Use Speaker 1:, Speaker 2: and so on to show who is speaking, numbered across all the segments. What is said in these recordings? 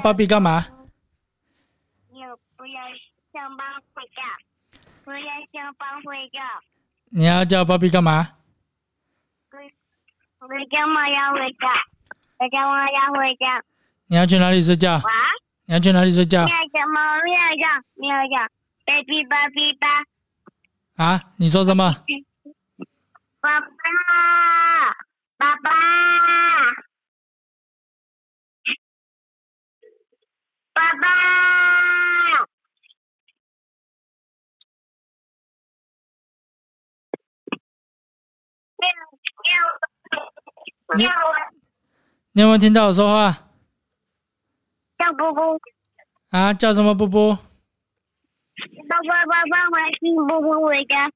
Speaker 1: 芭比干嘛？
Speaker 2: 你不要上班回家，不要上班回家，
Speaker 1: 你要叫芭比干嘛？
Speaker 2: 回家嘛要回家，回家嘛要回家。
Speaker 1: 你要去哪里睡觉？
Speaker 2: 哇，
Speaker 1: 你要去哪里睡觉
Speaker 2: 喵叫猫喵叫喵叫，baby baby 吧，
Speaker 1: 啊？你说什么？
Speaker 2: 爸爸爸爸爸爸，喵喵
Speaker 1: 你
Speaker 2: 喵，
Speaker 1: 你有没有听到我说话
Speaker 2: 叫姑姑。
Speaker 1: 啊？叫什么波波？
Speaker 2: 爸爸爸爸，我去不不回家，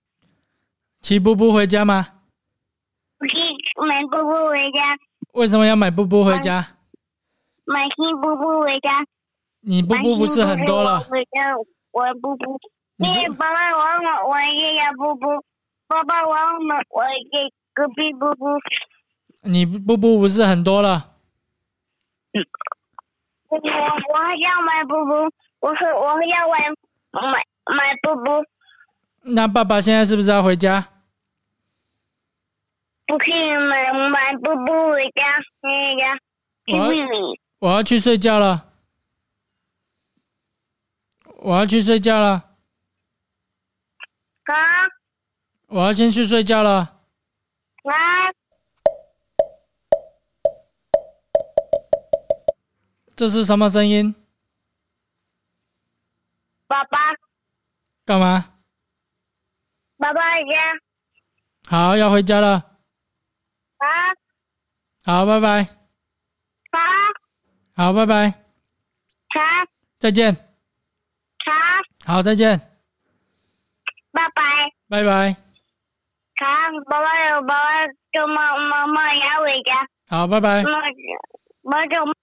Speaker 1: 骑波波回家吗？
Speaker 2: 我去买不不回家，
Speaker 1: 为什么要买波波回家？
Speaker 2: 买新不不回家。
Speaker 1: 你波波不是很多
Speaker 2: 买
Speaker 1: 了
Speaker 2: 新？布布回家，我不不。
Speaker 1: 你
Speaker 2: 因
Speaker 1: 不
Speaker 2: 为爸爸玩我，我也要不不。爸爸玩我，我也隔壁不不。
Speaker 1: 你波波不是很多了？
Speaker 2: 我我还要买不不，我说我要买买买不不，
Speaker 1: 那爸爸现在是不是要回家？
Speaker 2: 不可以买买不不回家，那个去
Speaker 1: 我
Speaker 2: 妹妹。
Speaker 1: 我要去睡觉了，我要去睡觉了，
Speaker 2: 啊
Speaker 1: 我要先去睡觉了。
Speaker 2: 啊！
Speaker 1: 这是什么声音？
Speaker 2: 爸爸
Speaker 1: 干嘛？
Speaker 2: 爸爸呀
Speaker 1: 好，要回家了。
Speaker 2: 啊
Speaker 1: 好，拜拜。
Speaker 2: 啊！
Speaker 1: 好，拜拜。
Speaker 2: 查
Speaker 1: 再见。
Speaker 2: 查，
Speaker 1: 好，再见。
Speaker 2: 拜拜。
Speaker 1: 拜拜。
Speaker 2: 查，爸爸有爸爸叫妈妈妈要回家，
Speaker 1: 好，拜拜。
Speaker 2: 妈我就